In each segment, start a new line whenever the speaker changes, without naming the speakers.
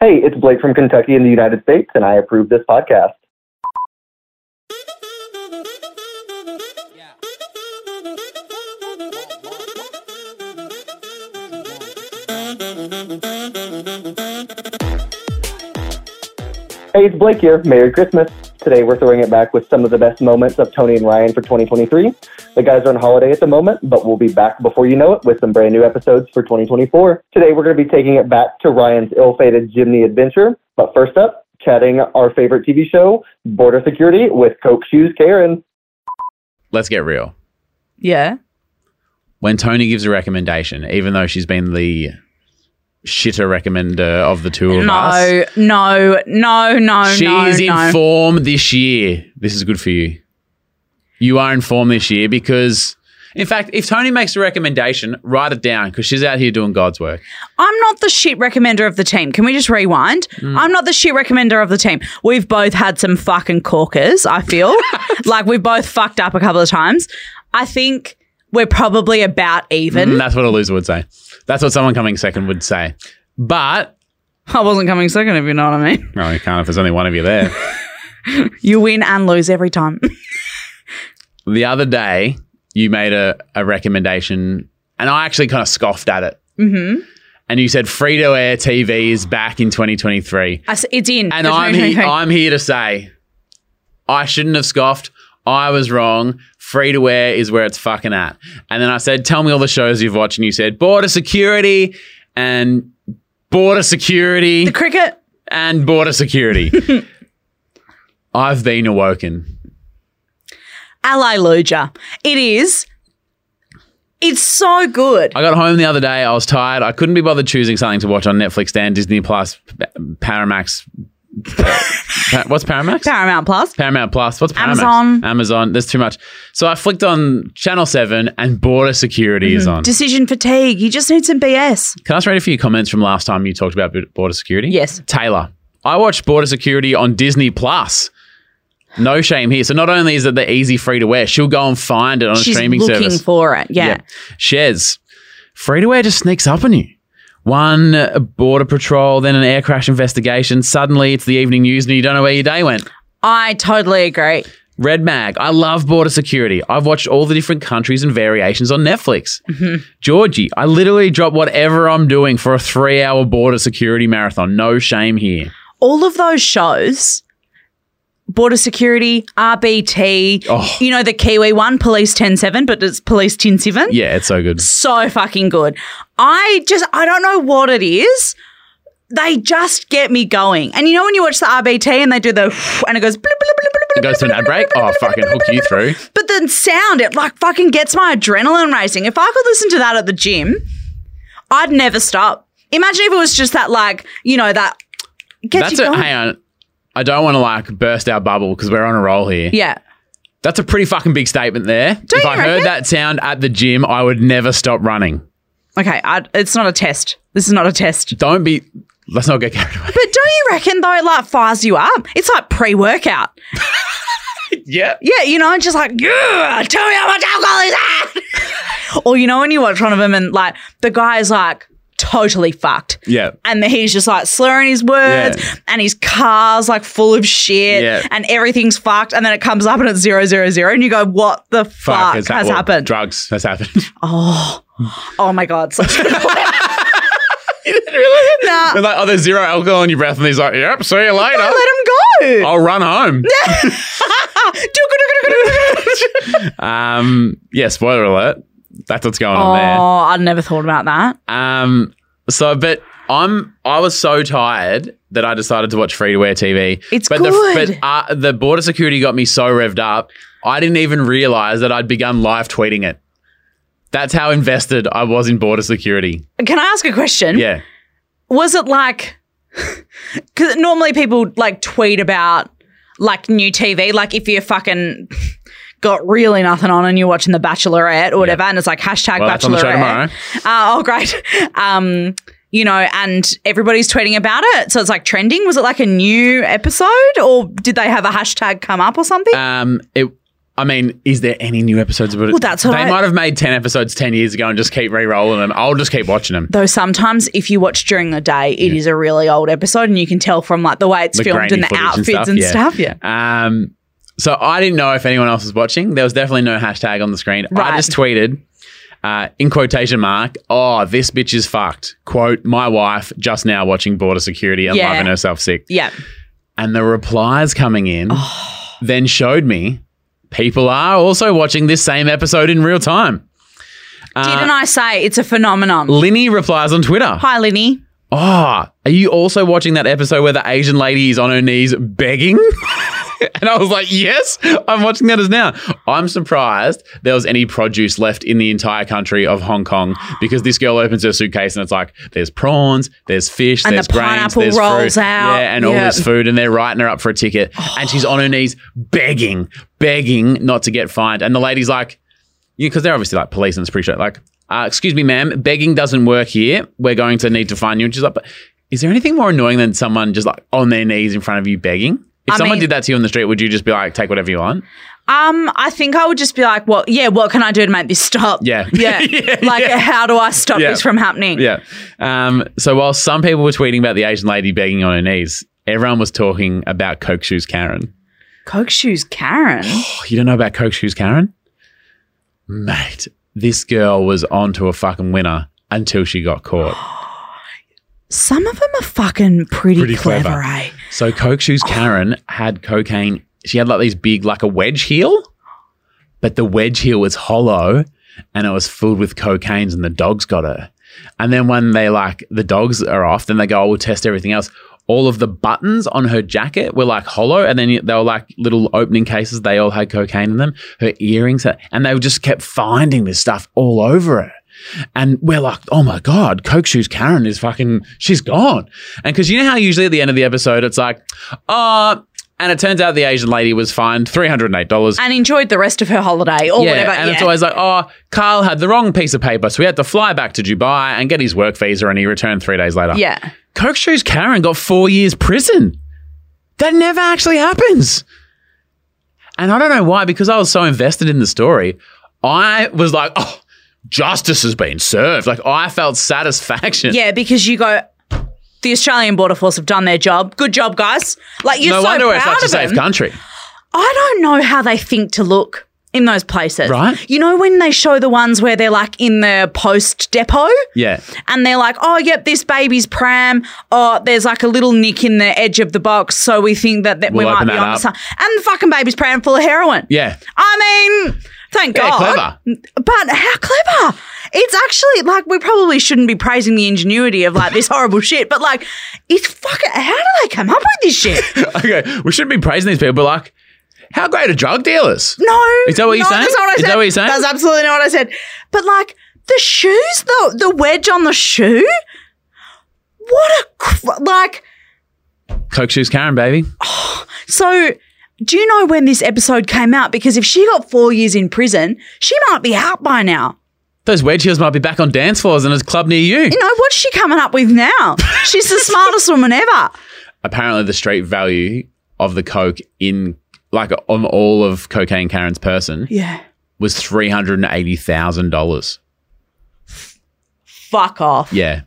Hey, it's Blake from Kentucky in the United States, and I approve this podcast. Hey, it's Blake here. Merry Christmas. Today we're throwing it back with some of the best moments of Tony and Ryan for 2023. The guys are on holiday at the moment, but we'll be back before you know it with some brand new episodes for 2024. Today we're going to be taking it back to Ryan's ill-fated Jimny adventure. But first up, chatting our favorite TV show, Border Security, with Coke Shoes Karen.
Let's get real.
Yeah.
When Tony gives a recommendation, even though she's been the shitter recommender of the two of us,
No, no, no, no,
she
no,
is in
no.
form this year. This is good for you. You are in form this year because, in fact, if Tony makes a recommendation, write it down because she's out here doing God's work.
I'm not the shit recommender of the team. Can we just rewind?
Mm.
I'm not the shit recommender of the team. We've both had some fucking corkers, I feel. like we've both fucked up a couple of times. I think we're probably about even.
And Mm, that's what a loser would say. That's what someone coming second would say. But,
I wasn't coming second, if you know what I mean.
no, you can't if there's only one of you there.
You win and lose every time.
the other day you made a, a recommendation and I actually kind of scoffed at it. Mm-hmm. And you said free to air TV is back in 2023.
I s- it's in.
And
There's
I'm,
no-
he-
no- no-
I'm here to say I shouldn't have scoffed. I was wrong. Free to air is where it's fucking at. And then I said, Tell me all the shows you've watched. And you said, Border Security and Border Security
the cricket.
and Border Security. I've been awoken.
Ally Luja. It is. It's so good.
I got home the other day. I was tired. I couldn't be bothered choosing something to watch on Netflix and Disney Plus, Pa- Paramax. Pa- what's Paramax?
Paramount Plus.
Paramount Plus. What's Paramax?
Amazon.
Amazon. There's too much. So I flicked on Channel 7 and Border Security is
Mm-hmm.
on.
Decision fatigue. You just need some BS.
Can I just read a few comments from last time you talked about b- Border Security?
Yes.
Taylor, I watched Border Security on Disney Plus. No shame here. So not only is it the easy free to wear, she'll go and find it on a
She's
streaming
looking
service.
for it. Yeah.
Shez, free to air just sneaks up on you. One uh, border patrol, then an air crash investigation. Suddenly, it's the evening news, and you don't know where your day went.
I totally agree.
Red Mag, I love border security. I've watched all the different countries and variations on Netflix.
Mm-hmm.
Georgie, I literally drop whatever I'm doing for a three hour border security marathon. No shame here.
All of those shows, border security, RBT,
Oh.
you know, the Kiwi one, Police 107, but it's Police 107.
Yeah, it's so good.
So fucking good. I just, I don't know what it is. They just get me going. And you know when you watch the RBT and they do the, and it goes, bloop, bloop, bloop, bloop, bloop,
It goes to an ad break. Oh, fucking hook you through.
But the sound, it like fucking gets my adrenaline racing. If I could listen to that at the gym, I'd never stop. Imagine if it was just that, like, you know, that gets
That's
you
a,
going.
hang on. I don't want to like burst our bubble because we're on a roll here.
Yeah.
That's a pretty fucking big statement there. if
you
I
reckon?
heard that sound at the gym, I would never stop running.
Okay. i it's not a test. This is not a test.
Don't be. Let's not get carried away.
But don't you reckon, though, it, like, fires you up? It's like pre workout.
yeah.
Yeah. You know, it's just like, yeah, tell me how much alcohol is that. or, you know, when you watch one of them and, like, the guy's like totally fucked.
Yeah.
and he's just like slurring his words
Yeah.
and his car's like full of shit
Yeah.
and everything's fucked and then it comes up and it's zero zero zero and you go what the fuck,
has
has
well,
happened
Drugs has happened.
oh my god such good
You didn't realize it?
Nah.
They're like, oh, there's zero alcohol in your breath, and he's like, yep, see you later.
let him go
I'll run home.
oh
um, yeah, spoiler alert. That's what's going on there.
i never thought about that
Um, so, but I'm I was so tired that I decided to watch free to air TV.
It's
but The, but
good.
uh, the border security got me so revved up, I didn't even realize that I'd begun live tweeting it. That's how invested I was in border security.
can i ask a question
Yeah,
was it like because normally people like tweet about like new tv like if you fucking got really nothing on and you're watching the bachelorette or whatever and it's like hashtag
Well,
bachelorette
that's on the show tomorrow.
Uh, oh great um you know and everybody's tweeting about it so it's like trending
Uh,
was it like a new episode or did they have a hashtag come up or something
um, it. I I mean, is there any new episodes about it?
Well, that's what
they
I-
might have made ten episodes ten years ago and just keep re-rolling them. I'll just keep watching them.
Though sometimes if you watch during the day, it is a really old episode and you can tell from like the way it's
The
filmed
grainy
and the
footage and
outfits
stuff,
and
yeah.
stuff. Yeah.
Um, so I didn't know if anyone else was watching. There was definitely no hashtag on the screen.
Right.
I just tweeted uh, in quotation mark, "Oh, this bitch is fucked." Quote: My wife just now watching Border Security and
Yeah.
loving herself sick.
Yeah.
And the replies coming in
Oh.
then showed me people are also watching this same episode in real time.
Didn't
Uh,
I say it's a phenomenon?
Linny replies on Twitter.
Hi, Linny.
Ah, are you also watching that episode where the Asian lady is on her knees begging? and I was like, yes, I'm watching that as now. I'm surprised there was any produce left in the entire country of Hong Kong because this girl opens her suitcase and it's like, there's prawns, there's fish,
And the
there's grains,
pineapple
there's
rolls
fruit,
out.
yeah, and all
Yep.
this food, and they're writing her up for a ticket, and she's on her knees begging, begging not to get fined, and the lady's like, yeah, because they're obviously like police, and it's pretty sure like, uh, excuse me, ma'am, begging doesn't work here. We're going to need to fine you. And she's like, but is there anything more annoying than someone just like on their knees in front of you begging? If
I
someone
mean-
did that to you on the street, would you just be like, take whatever you want?
Um, I think I would just be like, well, yeah, what can I do to make this stop?
Yeah.
Yeah.
Yeah,
like,
yeah.
how do I stop
Yeah.
this from happening?
Yeah. Um, so while some people were tweeting about the Asian lady begging on her knees, everyone was talking about Coke Shoes Karen.
Coke shoes, Karen.
Oh, you don't know about Coke Shoes Karen? Mate, this girl was onto a fucking winner until she got caught.
Some of them are fucking pretty,
Pretty
clever,
clever.
eh?
So Coke Shoes Karen had cocaine. She had like these big, like a wedge heel, but the wedge heel was hollow and it was filled with cocaines and the dogs got her. And then when they like, the dogs are off, then they go, oh, we'll test everything else. All of the buttons on her jacket were like hollow and then you- they were like little opening cases. They all had cocaine in them. Her earrings, had- and they just kept finding this stuff all over her. And we're like, oh my God, Coke Shoes Karen is fucking, she's gone. And because you know how usually at the end of the episode, it's like, uh, and it turns out the Asian lady was fined $308.
And enjoyed the rest of her holiday or whatever.
And it's
yeah.
always like, oh, Carl had the wrong piece of paper. So he had to fly back to Dubai and get his work visa and he returned three days later.
yeah.
Coke Shoes Karen got four years prison. That never actually happens. And I don't know why, because I was so invested in the story, I was like, oh, justice has been served. Like, I felt satisfaction.
Yeah, because you go, the Australian Border Force have done their job. Good job, guys. Like, you're
no
so
wonder
proud
we're such a
of
safe
them.
country.
I don't know how they think to look in those places.
Right.
You know when they show the ones where they're like in the post depot
Yeah.
and they're like, oh, yep, this baby's pram. Oh, there's like a little nick in the edge of the box. So we think that, that
We'll
we might
open
be
that
on
up.
some. And the fucking baby's pram full of heroin.
Yeah.
I mean, thank
Yeah,
God.
clever.
But how clever? It's actually like we probably shouldn't be praising the ingenuity of like this horrible shit, but like it's fucking. How do they come up with this shit?
okay. We shouldn't be praising these people, but like, how great are drug dealers?
No,
Is that what you're
no,
saying?
That's not what I
Is
said.
that what you're saying?
That's absolutely not what I said. But like the shoes, the the wedge on the shoe. What a cr- like.
Coke Shoes Karen, baby.
So, do you know when this episode came out? Because if she got four years in prison, she might be out by now.
Those wedge heels might be back on dance floors in a club near you.
You know what's she coming up with now? She's the smartest woman ever.
Apparently, the street value of the coke in like on all of cocaine Karen's person
Yeah.
was three hundred and eighty thousand dollars.
Fuck off.
Yeah.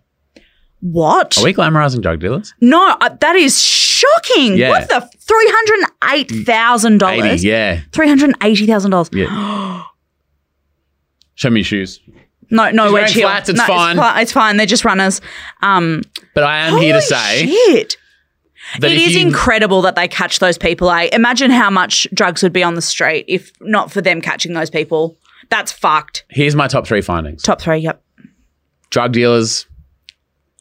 What?
Are we glamorizing drug dealers?
no, uh, that is shocking.
Yeah.
What the three hundred eight thousand
Eighty.
dollars?
Yeah.
Three hundred eighty thousand dollars.
Yeah. Show me your shoes.
No, no
She's
wedge
wearing
heel.
flats, it's
no,
fine.
It's, fi- it's fine. They're just runners. Um,
But I am here to
holy
say
shit.
that
it
if
is
you-
incredible that they catch those people. I imagine how much drugs would be on the street if not for them catching those people. That's fucked.
here's my top three findings.
Top three. Yep.
drug dealers,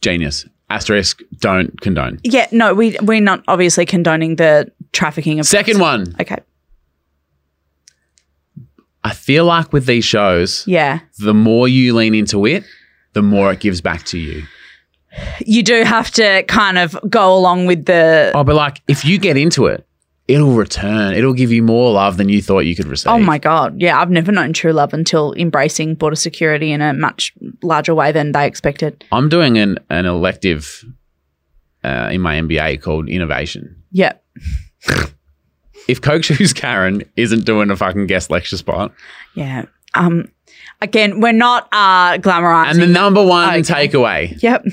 genius. Asterisk, don't condone.
Yeah. No, we we're not obviously condoning the trafficking of.
Second one,
Okay.
I feel like with these shows,
Yeah.
the more you lean into it, the more it gives back to you.
You do have to kind of go along with the.
Oh, but like if you get into it, it'll return. It'll give you more love than you thought you could receive.
Oh my god! Yeah, I've never known true love until embracing border security in a much larger way than they expected.
I'm doing an, an elective uh, in my MBA called innovation.
Yeah,
if Coke Shoes Karen isn't doing a fucking guest lecture spot,
Yeah. Um. Again, we're not uh glamorizing.
and the number one takeaway
yep.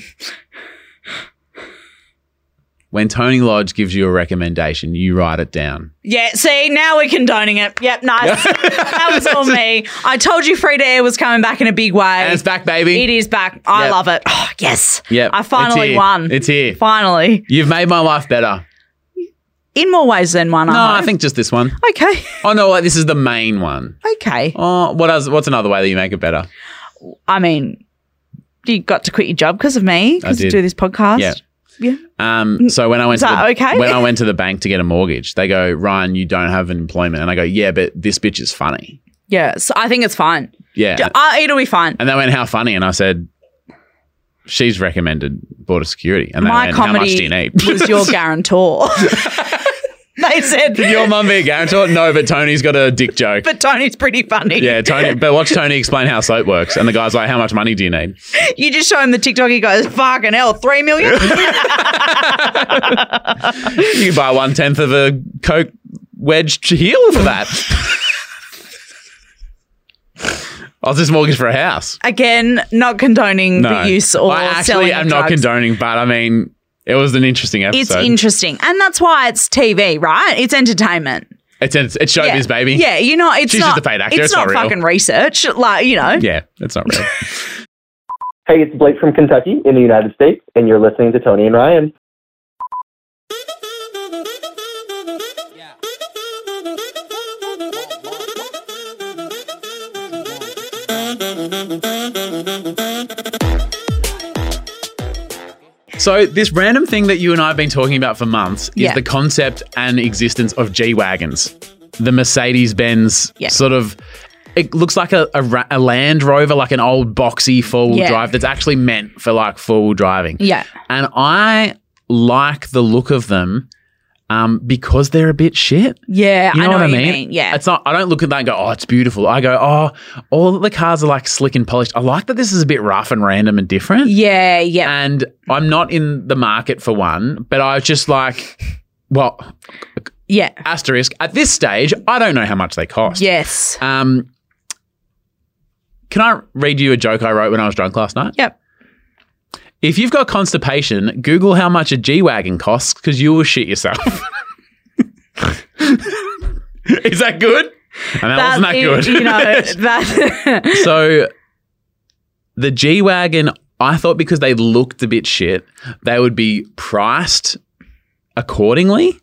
when Tony Lodge gives you a recommendation, you write it down.
Yeah. See, now we're condoning it. Yep. Nice. that was all me. I told you free to air was coming back in a big way.
And it's back,
It
baby.
is back. I
Yep.
love it. Oh, yes.
Yep,
I
it's
finally
here.
won.
It's here.
Finally,
You've made my life better.
in more ways than one.
No,
I,
I
hope.
think just this one.
Okay.
Oh no, like, this is the main one.
okay.
Oh, what else, what's another way that you make it better?
I mean, you got to quit your job because of me because you
did.
do this podcast.
Yeah.
Yeah.
Um, so when I went
Mm. Is
to
that
the,
okay?
when I went to the bank to get a mortgage, they go, Ryan, you don't have an employment, and I go, yeah, but this bitch is funny.
Yeah. So I think it's fine.
Yeah,
Uh, it'll be fine.
and they went, how funny, and I said, she's recommended border security, and they
My
went, how much do
comedy
you need?
was your guarantor. they said,
Did your mum be a guarantor? No, but Tony's got a dick joke.
but Tony's pretty funny.
yeah, Tony. But watch Tony explain how soap works, and the guy's like, how much money do you need?
You just show him the TikTok. He goes, "Fucking hell, three million?
You buy one tenth of a Coke wedge heel for that. I was just mortgage for a house.
Again, not condoning
No,
the use or
I actually
selling. of
am not
drugs.
condoning, but I mean, it was an interesting episode.
It's interesting, and that's why it's TV, right? It's entertainment.
It's it's, it's showbiz,
Yeah.
baby.
Yeah, you know, it's
She's
not.
just a paid actor,
It's,
it's
not,
not real.
fucking research, like you know.
yeah, that's not real.
Hey, it's Blake from Kentucky in the United States, and you're listening to Tony and Ryan.
so this random thing that you and I have been talking about for months is
Yeah.
the concept and existence of G wagons, the Mercedes Benz
Yeah.
sort of. It looks like a, a, ra- a Land Rover, like an old boxy four wheel
Yeah.
drive that's actually meant for like four wheel driving.
Yeah.
And I like the look of them um, because they're a bit shit.
Yeah,
You know,
I know
what I
you
mean?
Yeah,
It's not I don't look at that and go, oh, it's beautiful. I go, oh, all the cars are like slick and polished. I like that this is a bit rough and random and different.
yeah, yeah.
And I'm not in the market for one, but I was just like, well,
Yeah.
asterisk, at this stage, I don't know how much they cost.
Yes.
Um Can I read you a joke I wrote when I was drunk last night?
Yep.
If you've got constipation, Google how much a G Wagon costs because you will shit yourself. Is that good? And that, wasn't that
is-
good.
You know that.
so the G Wagon, I thought because they looked a bit shit, they would be priced accordingly.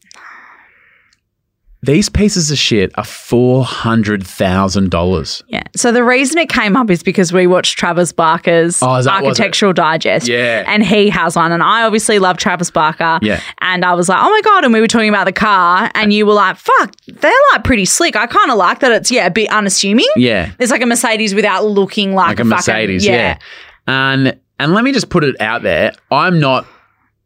These pieces of shit are four hundred thousand dollars.
yeah. So the reason it came up is because we watched Travis Barker's
Oh, is that- was it?
Architectural Digest.
Yeah.
And he has one, and I obviously love Travis Barker.
Yeah.
And I was like, oh my god! And we were talking about the car, and you were like, fuck, they're like pretty slick. I kind of like that. It's yeah, a bit unassuming.
Yeah.
It's like a Mercedes without looking like,
like a
fucking-
Mercedes, yeah. And and let me just put it out there. I'm not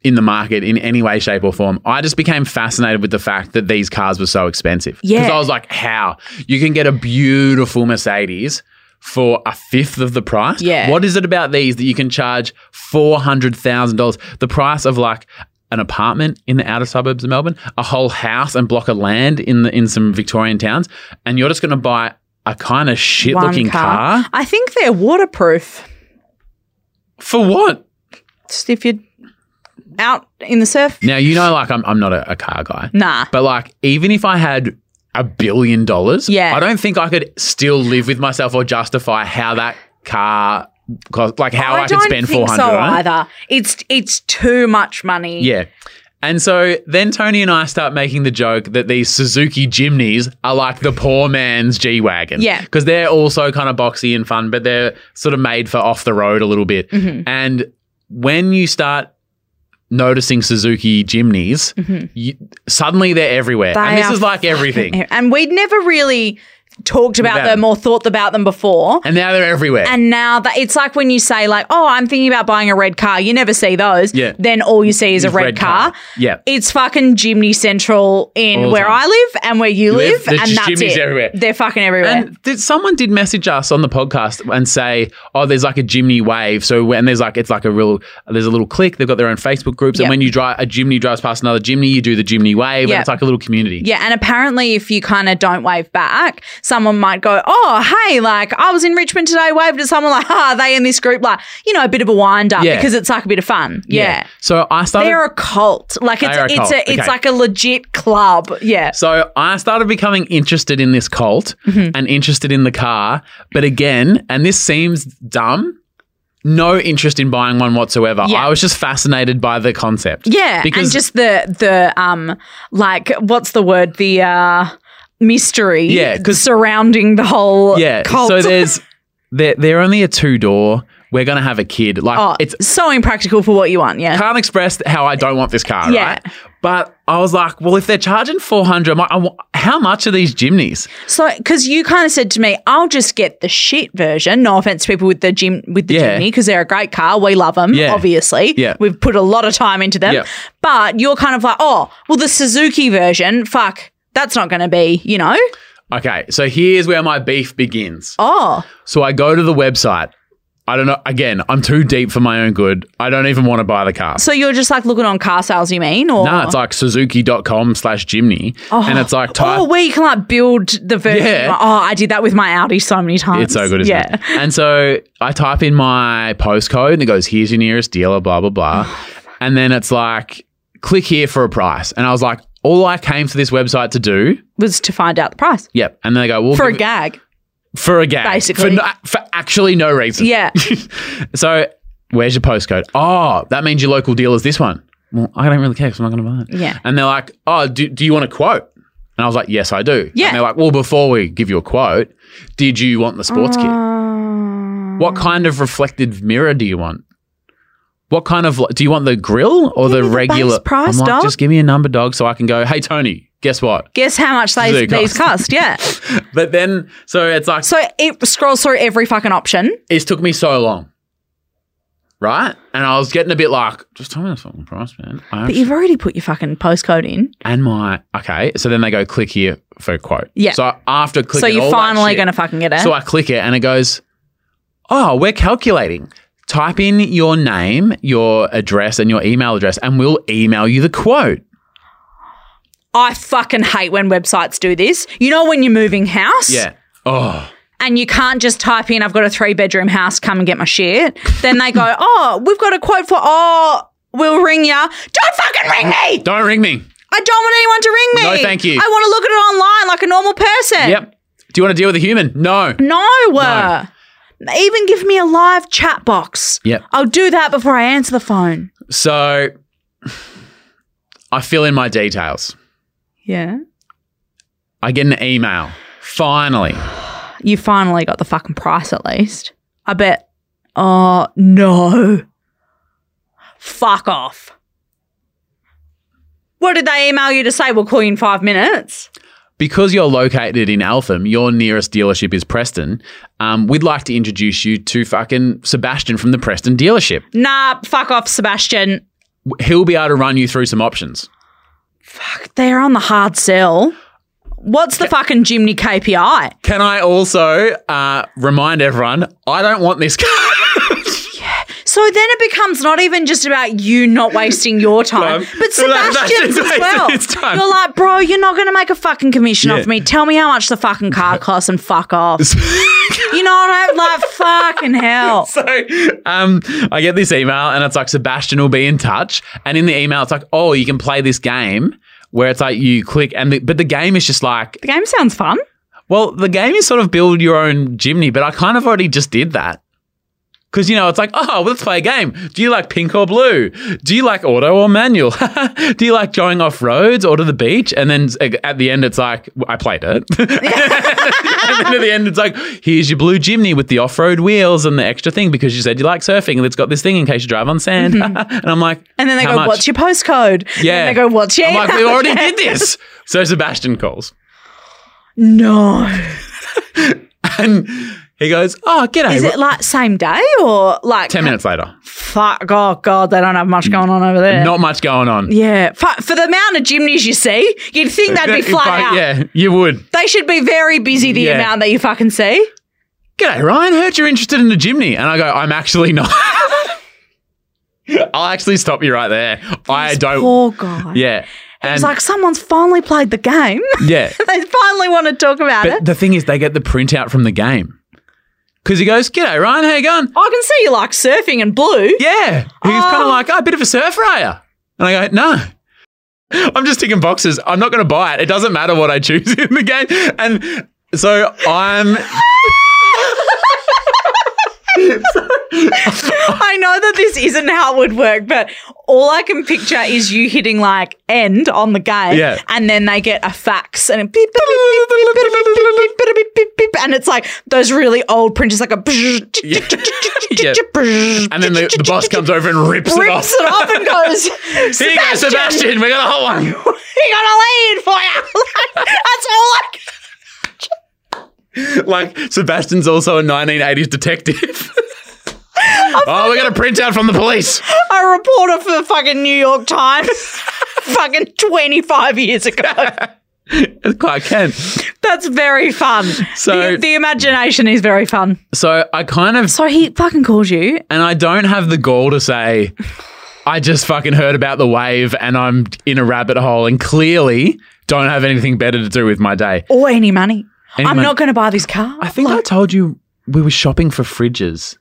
in the market in any way, shape, or form. I just became fascinated with the fact that these cars were so expensive.
Yeah.
Because I was like, how? You can get a beautiful Mercedes for a fifth of the price?
Yeah.
What is it about these that you can charge four hundred thousand dollars? The price of like an apartment in the outer suburbs of Melbourne, a whole house and block of land in the in some Victorian towns, and you're just gonna buy a kind of shit
One
looking car.
I think they're waterproof.
For what?
Just if you're out in the surf.
Now you know, like I'm, I'm not a, a car guy,
Nah.
but like even if I had a billion dollars,
Yeah.
I don't think I could still live with myself or justify how that car cost, like how I,
don't
could spend four
think
hundred
so
on it.
either. It's it's too much money.
Yeah. And so then Tony and I start making the joke that these Suzuki Jimneys are like the poor man's G Wagon.
Yeah.
Because they're also kind of boxy and fun, but they're sort of made for off the road a little bit.
Mm-hmm.
And when you start noticing Suzuki Jimneys, you, suddenly they're everywhere.
Mm-hmm. They
and this
are
is like everything.
And we'd never really talked about
About-
them or thought about them before.
And now they're everywhere.
And now that it's like when you say like, "Oh, I'm thinking about buying a red car," you never see those.
Yeah.
Then all you see is a
It's
red, car.
Yeah.
It's fucking Jimney Central in
All the
where
time.
I live and where you
live,
live,
there's
and
just
that's
Jimneys
it.
everywhere.
They're fucking everywhere.
And did, someone did message us on the podcast and say, "Oh, there's like a Jimny wave." So when there's like it's like a real there's a little clique. They've got their own Facebook groups,
Yep.
and when you drive a Jimny drives past another Jimny, you do the Jimny wave,
Yeah.
and it's like a little community.
Yeah, and apparently, if you kind of don't wave back, someone might go, "Oh, hey, like I was in Richmond today, waved at someone like, ah, they in this group, like you know, a bit of a wind up
Yeah.
because it's like a bit of fun." Yeah,
So I started.
they're a cult. Like it's
They are a
it's
cult.
a it's
Okay.
like a legit club. Yeah,
so I started becoming interested in this cult
Mm-hmm.
and interested in the car. But again, and this seems dumb, no interest in buying one whatsoever.
Yeah.
I was just fascinated by the concept.
yeah,
Because-
and just the the um like what's the word the uh mystery
Yeah, 'cause-
surrounding the whole
Yeah.
cult.
So there's they're, they're only a two door. We're gonna have a kid. Like
oh,
it's
it's so impractical for what you want. Yeah,
can't express how I don't want this car,
Yeah.
right? But I was like, well, if they're charging four hundred, how much are these Jimneys?
So, because you kind of said to me, "I'll just get the shit version." No offense to people with the gym with the
Yeah.
Jimny because they're a great car. We love them,
Yeah.
obviously.
Yeah.
we've put a lot of time into them.
Yeah.
But you're kind of like, "Oh, well, the Suzuki version, fuck, that's not going to be," you know?
Okay, so here's where my beef begins.
Oh,
So I go to the website. I don't know. Again, I'm too deep for my own good. I don't even want to buy the car.
so you're just like looking on car sales, you mean? Or
Nah, it's like suzuki.com slash Jimny. and it's like type.
oh, where you can like build the version.
Yeah.
Oh, I did that with my Audi so many times.
It's so good, isn't
yeah.
it? And so I type in my postcode and it goes, here's your nearest dealer, blah, blah, blah. and then it's like, click here for a price. And I was like, all I came to this website to do,
Was to find out the price
yep. And then they go, well,
for a
give-
gag.
for a gag.
basically.
For, no, for actually no reason.
Yeah.
so where's your postcode? Oh, that means your local dealer's this one. Well, I don't really care because I'm not going to buy it.
Yeah.
And they're like, oh, do, do you want a quote? And I was like, yes, I do.
Yeah.
And they're like, well, before we give you a quote, did you want the sports
Oh.
kit?
Um,
What kind of reflective mirror do you want? What kind of do you want the grill or
Give
the
me the
regular
base price,
I'm like,
dog.
just give me a number, dog, so I can go. Hey, Tony, guess what?
Guess how much
They
they, these cost? Yeah.
But then, so it's like
So it scrolls through every fucking option.
it took me so long, right? And I was getting a bit like, just tell me the fucking price, man. I
But
actually-
you've already put your fucking postcode in.
and my okay, so then they go click here for a quote.
Yeah.
So after clicking,
so you're
all that
finally
shit-
going to fucking get it.
So I click it and it goes, Oh, we're calculating. Type in your name, your address, and your email address, and we'll email you the quote.
I fucking hate when websites do this. You know, when you're moving house
Oh.
and you can't just type in, I've got a three bedroom house, come and get my shit. Then they go, oh, we've got a quote for, oh, we'll ring ya. Don't fucking ring me.
Don't ring me.
I don't want anyone to ring me.
No, thank you.
I want to look at it online like a normal person.
Yep. Do you want to deal with a human? No.
No. uh, Even give me a live chat box.
Yep.
I'll do that before I answer the phone.
So I fill in my details.
Yeah.
I get an email. Finally.
You finally got the fucking price at least. I bet. Oh, no. Fuck off. What did they email you to say? We'll call you in five minutes.
Because you're located in Eltham, your nearest dealership is Preston. Um, we'd like to introduce you to fucking Sebastian from the Preston dealership.
Nah, fuck off, Sebastian.
He'll be able to run you through some options.
Fuck, they're on the hard sell. What's the fucking Jimny KPI?
Can I also uh, remind everyone, I don't want this car.
So then it becomes not even just about you not wasting your time,
Time.
but
No, no, that's
Sebastian's
just
as well.
wasting his time.
You're like, bro, you're not going to make a fucking commission
Yeah.
off me. Tell me how much the fucking car costs and fuck off. you know what I'm like? Fucking hell.
so um, I get this email and it's like Sebastian will be in touch. And in the email, it's like, oh, you can play this game where it's like you click and the, but the game is just like,
The game sounds fun.
well, the game is sort of build your own chimney, but I kind of already just did that. Because, you know, it's like, oh, well, let's play a game. Do you like pink or blue? Do you like auto or manual? do you like going off roads or to the beach? And then uh, at the end, it's like, well, I played it. and then at the end, it's like, here's your blue chimney with the off road wheels and the extra thing because you said you like surfing and it's got this thing in case you drive on sand. and I'm like,
Mm-hmm. And then they
"How
go,
much?"
what's your postcode?
Yeah.
And they go, what's your
I'm like, we
email
already
address?"
did this. So Sebastian calls.
No.
and he goes, "Oh, g'day."
Is it like same day or like
Ten minutes later,
Fuck! Oh god, they don't have much going on over there.
not much going on.
yeah, Fuck, for the amount of gymnasiums you see, you'd think they'd be flat out.
Yeah, you would.
They should be very busy. The
Yeah.
amount that you fucking see.
G'day, Ryan. Heard you're interested in the gymney, and I go, "I'm actually not." I'll actually stop you right there. I
This
don't.
Poor guy.
Yeah, and
It's like someone's finally played the game.
yeah.
they finally want to talk about
But
it.
the thing is, they get the printout from the game because he goes, "G'day, Ryan. How you going?"
I can see you like surfing and blue.
Yeah, he was kind
Oh.
of like, "Oh, a bit of a surfer, are ya?" And I go, "No." I'm just ticking boxes. I'm not going to buy it. It doesn't matter what I choose in the game. And so I'm
I know that this isn't how it would work, but all I can picture is you hitting like end on the game,
Yeah.
and then they get a fax and it beep, beep, beep, beep, beep, beep, beep, beep, beep, beep, beep, beep, and it's like those really old printers, like a.
Yeah. Yeah. And then the, the boss comes over and rips, it off.
rips it off and goes,
Here you go,
Sebastian,
Sebastian. We got a whole one.
we got a lead for you. That's all I can
like Sebastian's also a 1980s detective. oh, we got a printout from the police.
a reporter for the fucking New York Times fucking 25 years ago.
It's quite Kent.
That's very fun.
So-
the, the imagination is very fun.
So I kind of,
So he fucking calls you.
and I don't have the gall to say. I just fucking heard about the wave, and I'm in a rabbit hole, and clearly don't have anything better to do with my day.
Or any money.
Any
I'm
money.
not going to buy this car.
I think I told you we were shopping for fridges.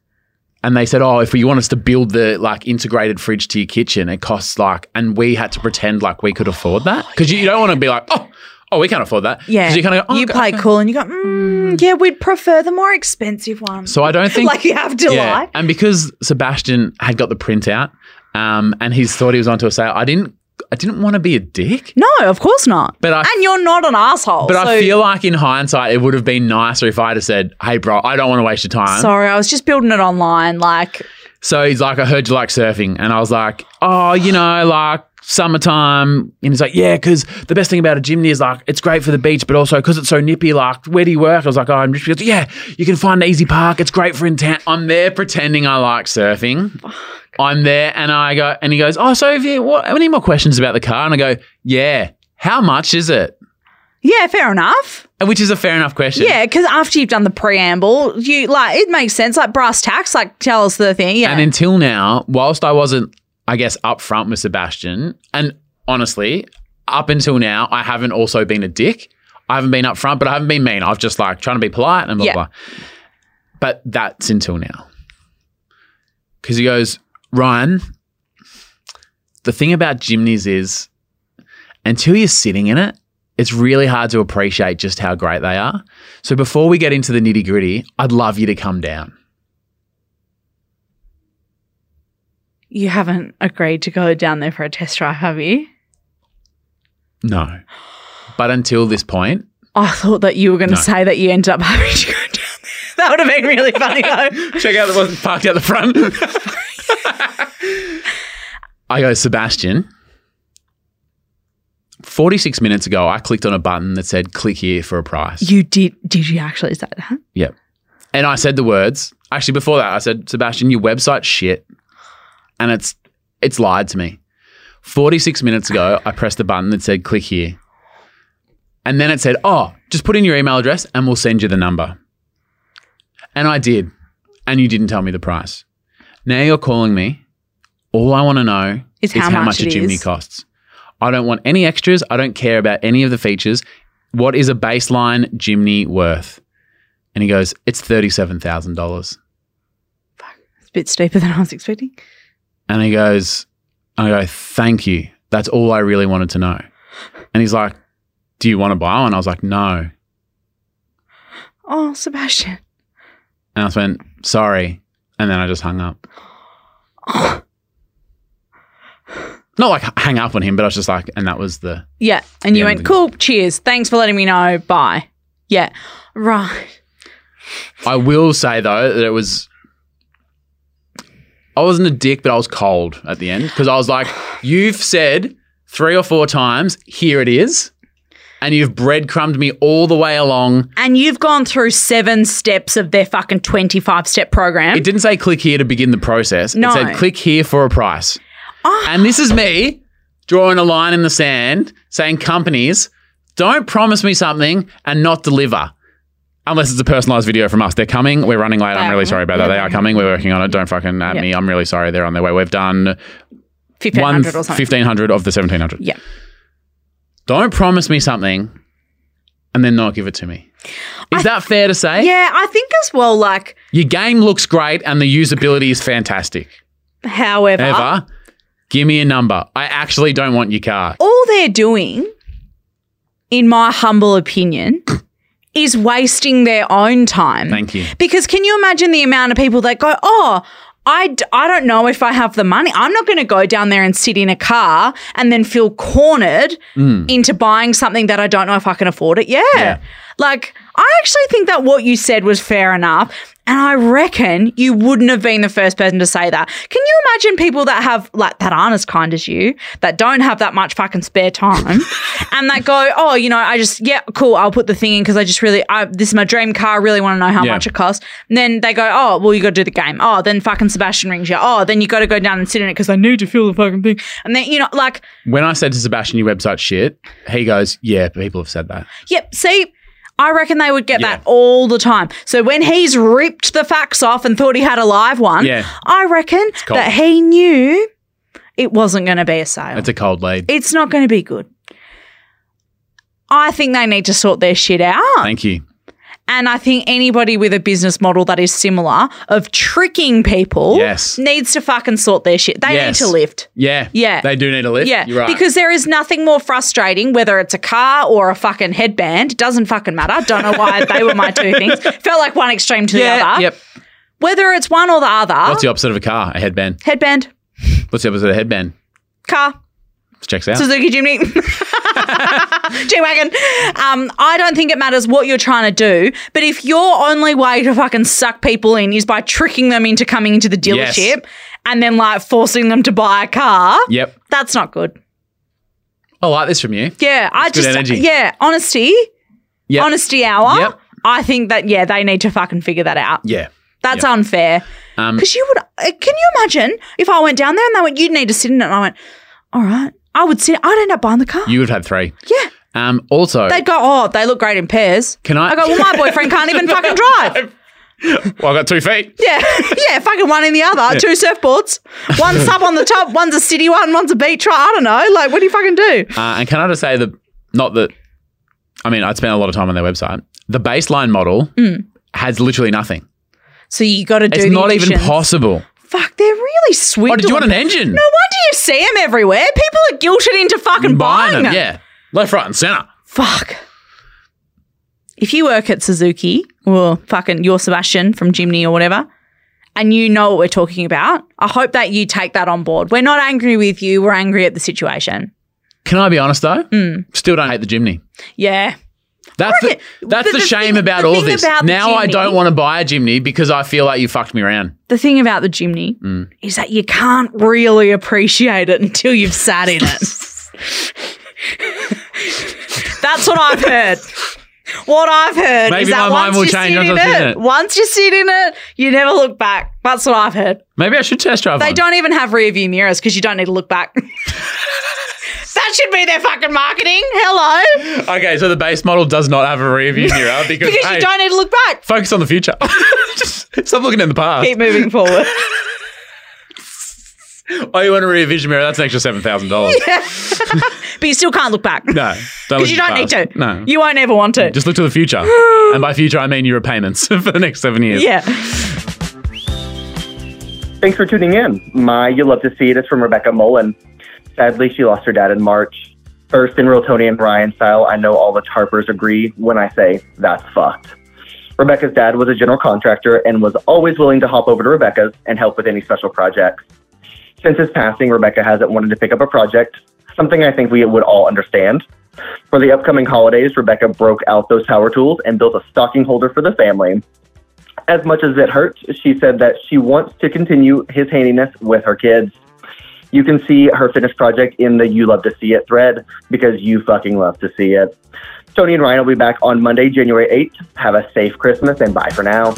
And they said, "Oh, if you want us to build the like integrated fridge to your kitchen, it costs like." And we had to pretend like we could afford that because you, you don't want to be like, "Oh, oh, we can't afford that." 'Cause
yeah.
you kind of go, oh,
you
okay,
play
okay."
cool and you go, mm, yeah, we'd prefer the more expensive one.
So I don't think
like you have to
yeah.
lie.
And because Sebastian had got the printout, um, and he thought he was onto a sale, I didn't, I didn't want to be a dick.
No, of course not.
But I-
and you're not an asshole.
But I
so-
feel like in hindsight, it would have been nicer if I'd have said, "Hey, bro, I don't want to waste your time."
Sorry, I was just building it online. Like,
So he's like, I heard you like surfing. And I was like, oh, you know, like summertime. And he's like, yeah, because the best thing about a gymney is like, it's great for the beach, but also because it's so nippy, like, where do you work? I was like, oh, I'm just, he goes, yeah, you can find an easy park. It's great for in town. I'm there pretending I like surfing. I'm there and I go, and he goes, oh, so if you, what, any more questions about the car? And I go, yeah, how much is it?
yeah, fair enough.
And Which is a fair enough question.
Yeah, because after you've done the preamble, you like it makes sense. Like brass tacks, like tell us the thing. Yeah,
And until now, whilst I wasn't, I guess, upfront with Sebastian, and honestly, up until now, I haven't also been a dick. I haven't been upfront, but I haven't been mean. I've just like trying to be polite and blah,
Yeah.
blah. But that's until now. Because he goes, Ryan, the thing about gymnies is until you're sitting in it, it's really hard to appreciate just how great they are. So before we get into the nitty gritty, I'd love you to come down.
you haven't agreed to go down there for a test drive, have you?
No. But until this point,
I thought that you were going to
No.
say that you ended up having to go down there. That would have been really funny though.
check out the one parked out the front. I go, Sebastian. 46 minutes ago, I clicked on a button that said click here for a price.
You did? Did you actually say that?
yep. And I said the words. Actually, before that, I said, Sebastian, your website's shit. And it's it's lied to me. 46 minutes ago, I pressed the button that said click here. And then it said, oh, just put in your email address and we'll send you the number. And I did. And you didn't tell me the price. Now you're calling me. All I want to know
Is how much
a
it
chimney
is.
costs. I don't want any extras. I don't care about any of the features. What is a baseline chimney worth? And he goes, it's $37,000.
It's a bit steeper than I was expecting.
And he goes, I go, thank you. That's all I really wanted to know. And he's like, do you want to buy one? I was like, no.
Oh, Sebastian.
And I went, sorry. And then I just hung up. Not like h- hang up on him, but I was just like, and that was the.
Yeah, and you
Yeah,
went
nothing.
cool. Cheers. Thanks for letting me know. Bye. Yeah. Right.
I will say though that it was. I wasn't a dick, but I was cold at the end because I was like, you've said three or four times, here it is. and you've breadcrumbed me all the way along.
And you've gone through seven steps of their fucking 25 step program.
It didn't say click here to begin the process.
No.
It said click here for a price.
Ah.
And this is me drawing a line in the sand saying companies don't promise me something and not deliver. Unless it's a personalized video from us. They're coming. We're running late.
They
I'm
are
really
coming.
sorry about that.
Yeah,
They
they
are
are
coming. We're working on it. Don't fucking at
Yeah.
me. I'm really sorry. They're on their way. We've done
1500
one
or something.
1500 of the 1700.
Yeah.
Don't promise me something and then not give it to me. Is that fair to say?
Yeah, I think as well, like,
Your game looks great and the usability is fantastic.
however,
Ever, give me a number. I actually don't want your car.
all they're doing, in my humble opinion, is wasting their own time.
Thank you.
Because can you imagine the amount of people that go, oh, I, d- I don't know if I have the money. I'm not going to go down there and sit in a car and then feel cornered into buying something that I don't know if I can afford it. Yeah.
Yeah.
Like, I actually think that what you said was fair enough. And I reckon you wouldn't have been the first person to say that. Can you imagine people that have, like, that aren't as kind as you, that don't have that much fucking spare time, and that go, oh, you know, I just, yeah, cool, I'll put the thing in because I just really, I, this is my dream car. I really want to know how
Yeah.
much it costs. And then they go, oh, well, you got to do the game. Oh, then fucking Sebastian rings you. Oh, then you got to go down and sit in it because I need to feel the fucking thing. And then, you know, like,
When I said to Sebastian, your website shit, he goes, yeah, people have said that.
Yep. See, I reckon they would get
Yeah.
that all the time. So when he's ripped the facts off and thought he had a live one,
Yeah.
I reckon
cold.
that he knew it wasn't going to be a sale.
It's a cold lead.
it's not going to be good. I think they need to sort their shit out.
Thank you.
And I think anybody with a business model that is similar of tricking people
Yes.
needs to fucking sort their shit. They
Yes.
need to lift.
Yeah.
Yeah.
They do need a lift.
Yeah,
You're right.
because there is nothing more frustrating, whether it's a car or a fucking headband. It doesn't fucking matter. Don't know why they were my two things. Felt like one extreme to the
yeah.
other. Oh.
Yep.
Whether it's one or the other,
What's the opposite of a car? A headband.
headband,
What's the opposite of a headband?
car,
Checks out.
Suzuki Jimny, G wagon. Um, I don't think it matters what you're trying to do, but if your only way to fucking suck people in is by tricking them into coming into the
Yes.
dealership and then like forcing them to buy a car,
Yep.
that's not good.
I like this from you.
Yeah, I
good
just
energy.
yeah, honesty.
Yep.
honesty hour.
Yep.
I think that yeah, they need to fucking figure that out.
Yeah.
That's
Yep.
unfair.
Um,
Because you would, uh, can you imagine if I went down there and they went, "You need to sit in it," and I went, "All right," I would sit. I'd end up buying the car.
You would have had three.
yeah,
Um, also,
they'd go, "Oh, they look great in pairs."
Can I-
I go, "Well, my boyfriend can't even fucking drive."
well, I got two feet.
Yeah, yeah, fucking one in the other. Two surfboards, one sub on the top, one's a city one, one's a beach one. I don't know. Like, what do you fucking do?
Uh, and can I just say that, not that, I mean, I spent a lot of time on their website. The baseline model
Mm.
has literally nothing.
So you got to do.
It's
the
not even
additions.
possible.
Fuck, they're really sweet.
Oh, did you want an engine?
No wonder you see them everywhere. People are guilted into fucking buying, them.
Yeah. Left, right, and center.
Fuck. If you work at Suzuki or fucking you're Sebastian from Jimny or whatever, and you know what we're talking about, I hope that you take that on board. We're not angry with you. We're angry at the situation.
Can I be honest though? Still don't hate the chimney.
Yeah.
That's the,
Mm. reckon-
that's
but
the,
the
shame
thing-
about
the
all
thing
this.
about the
now I
chimney-
don't want to buy a chimney because I feel like you fucked me around.
The thing about the Jimny
Mm.
is that you can't really appreciate it until you've sat in it. That's what I've heard. What I've heard
Maybe
is
my
that
mind
once
will
you
change
sit
once
in
I've seen
it,
it.
once you sit in it, you never look back. That's what I've heard.
Maybe I should test drive
They
one.
don't even have rear view mirrors because you don't need to look back. that should be their fucking marketing. Hello.
Okay, so the base model does not have a rear view mirror because,
Because
hey,
you don't need to look back.
focus on the future. Just stop looking in the past.
Keep moving forward.
Oh, you want a rear vision mirror? That's an extra seven thousand dollars.
but you still can't look back.
No,
Because you don't need to.
No,
You won't ever want to.
just look to the future, and by future I mean your repayments for the next seven years.
yeah.
Thanks for tuning in. My You Love to See It is from Rebecca Mullen. Sadly, she lost her dad in March. First, in real Tony and Ryan style, I know all the Tarpers agree when I say that's fucked. Rebecca's dad was a general contractor and was always willing to hop over to Rebecca's and help with any special projects. Since his passing, Rebecca hasn't wanted to pick up a project, something I think we would all understand. For the upcoming holidays, Rebecca broke out those power tools and built a stocking holder for the family as much as it hurts, she said that she wants to continue his handiness with her kids. You can see her finished project in the You Love to See It thread because you fucking love to see it. Tony and Ryan will be back on Monday, January 8th. Have a safe Christmas and bye for now.